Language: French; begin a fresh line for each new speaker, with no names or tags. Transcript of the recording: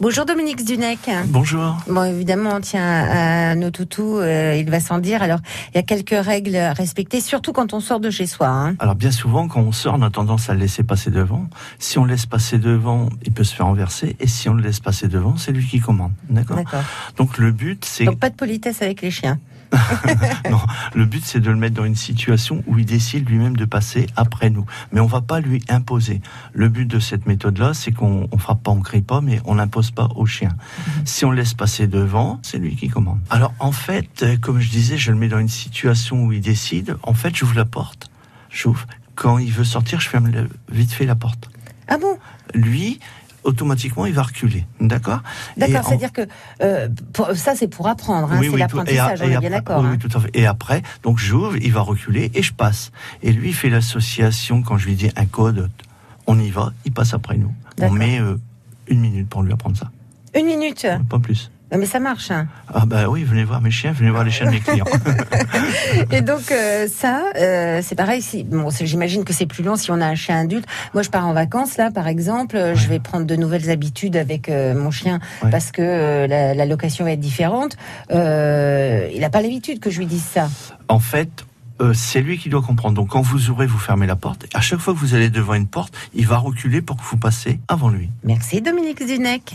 Bonjour Dominique Dunec.
Bonjour.
Bon, évidemment, tiens, à nos toutous, euh, il va sans dire. Alors, il y a quelques règles à respecter, surtout quand on sort de chez soi. hein.
Alors bien souvent, quand on sort, on a tendance à le laisser passer devant. Si on le laisse passer devant, il peut se faire renverser. Et si on le laisse passer devant, c'est lui qui commande. D'accord
D'accord.
Donc le but, c'est
Donc, pas de politesse avec les chiens.
non, le but, c'est de le mettre dans une situation où il décide lui-même de passer après nous. Mais on va pas lui imposer. Le but de cette méthode-là, c'est qu'on on frappe pas, on crie pas, mais on n'impose pas au chien.
Mhm.
Si on le laisse passer devant, c'est lui qui commande. Alors en fait, euh, comme je disais, je le mets dans une situation où il décide. En fait, j'ouvre la porte. J'ouvre. Quand il veut sortir, je ferme le- vite fait la porte.
Ah bon
Lui, automatiquement, il va reculer. D'accord
D'accord,
Et en-
c'est-à-dire que euh, pour- ça, c'est pour apprendre. hein, c'est
tout- et
l'apprentissage,
a-
on
et
est bien
après-
d'accord.
oui,
hein.
oui, tout à fait. Et après, donc j'ouvre, il va reculer et je passe. Et lui, il fait l'association quand je lui dis un code, on y va, il passe après nous. On
D'accord.
met euh, une minute pour lui apprendre ça,
hein. Une minute.
pas plus.
Mais ça marche. hein.
Ah bah oui, venez voir mes chiens, venez voir les chiens de mes clients.
Et donc euh, ça, euh, c'est pareil. Si, bon, c'est- j'imagine que c'est plus long si on a un chien adulte. Moi, je pars en vacances là, par exemple, euh, je
Ouais.
vais prendre de nouvelles habitudes avec euh, mon chien
Ouais.
parce que euh, la, la location va être différente. Euh, il n'a pas l'habitude que je lui dise ça.
en fait, euh, c'est lui qui doit comprendre. Donc quand vous ouvrez, vous fermez la porte. Et à chaque fois que vous allez devant une porte, il va reculer pour que vous passez avant lui.
Merci Dominique Zunec.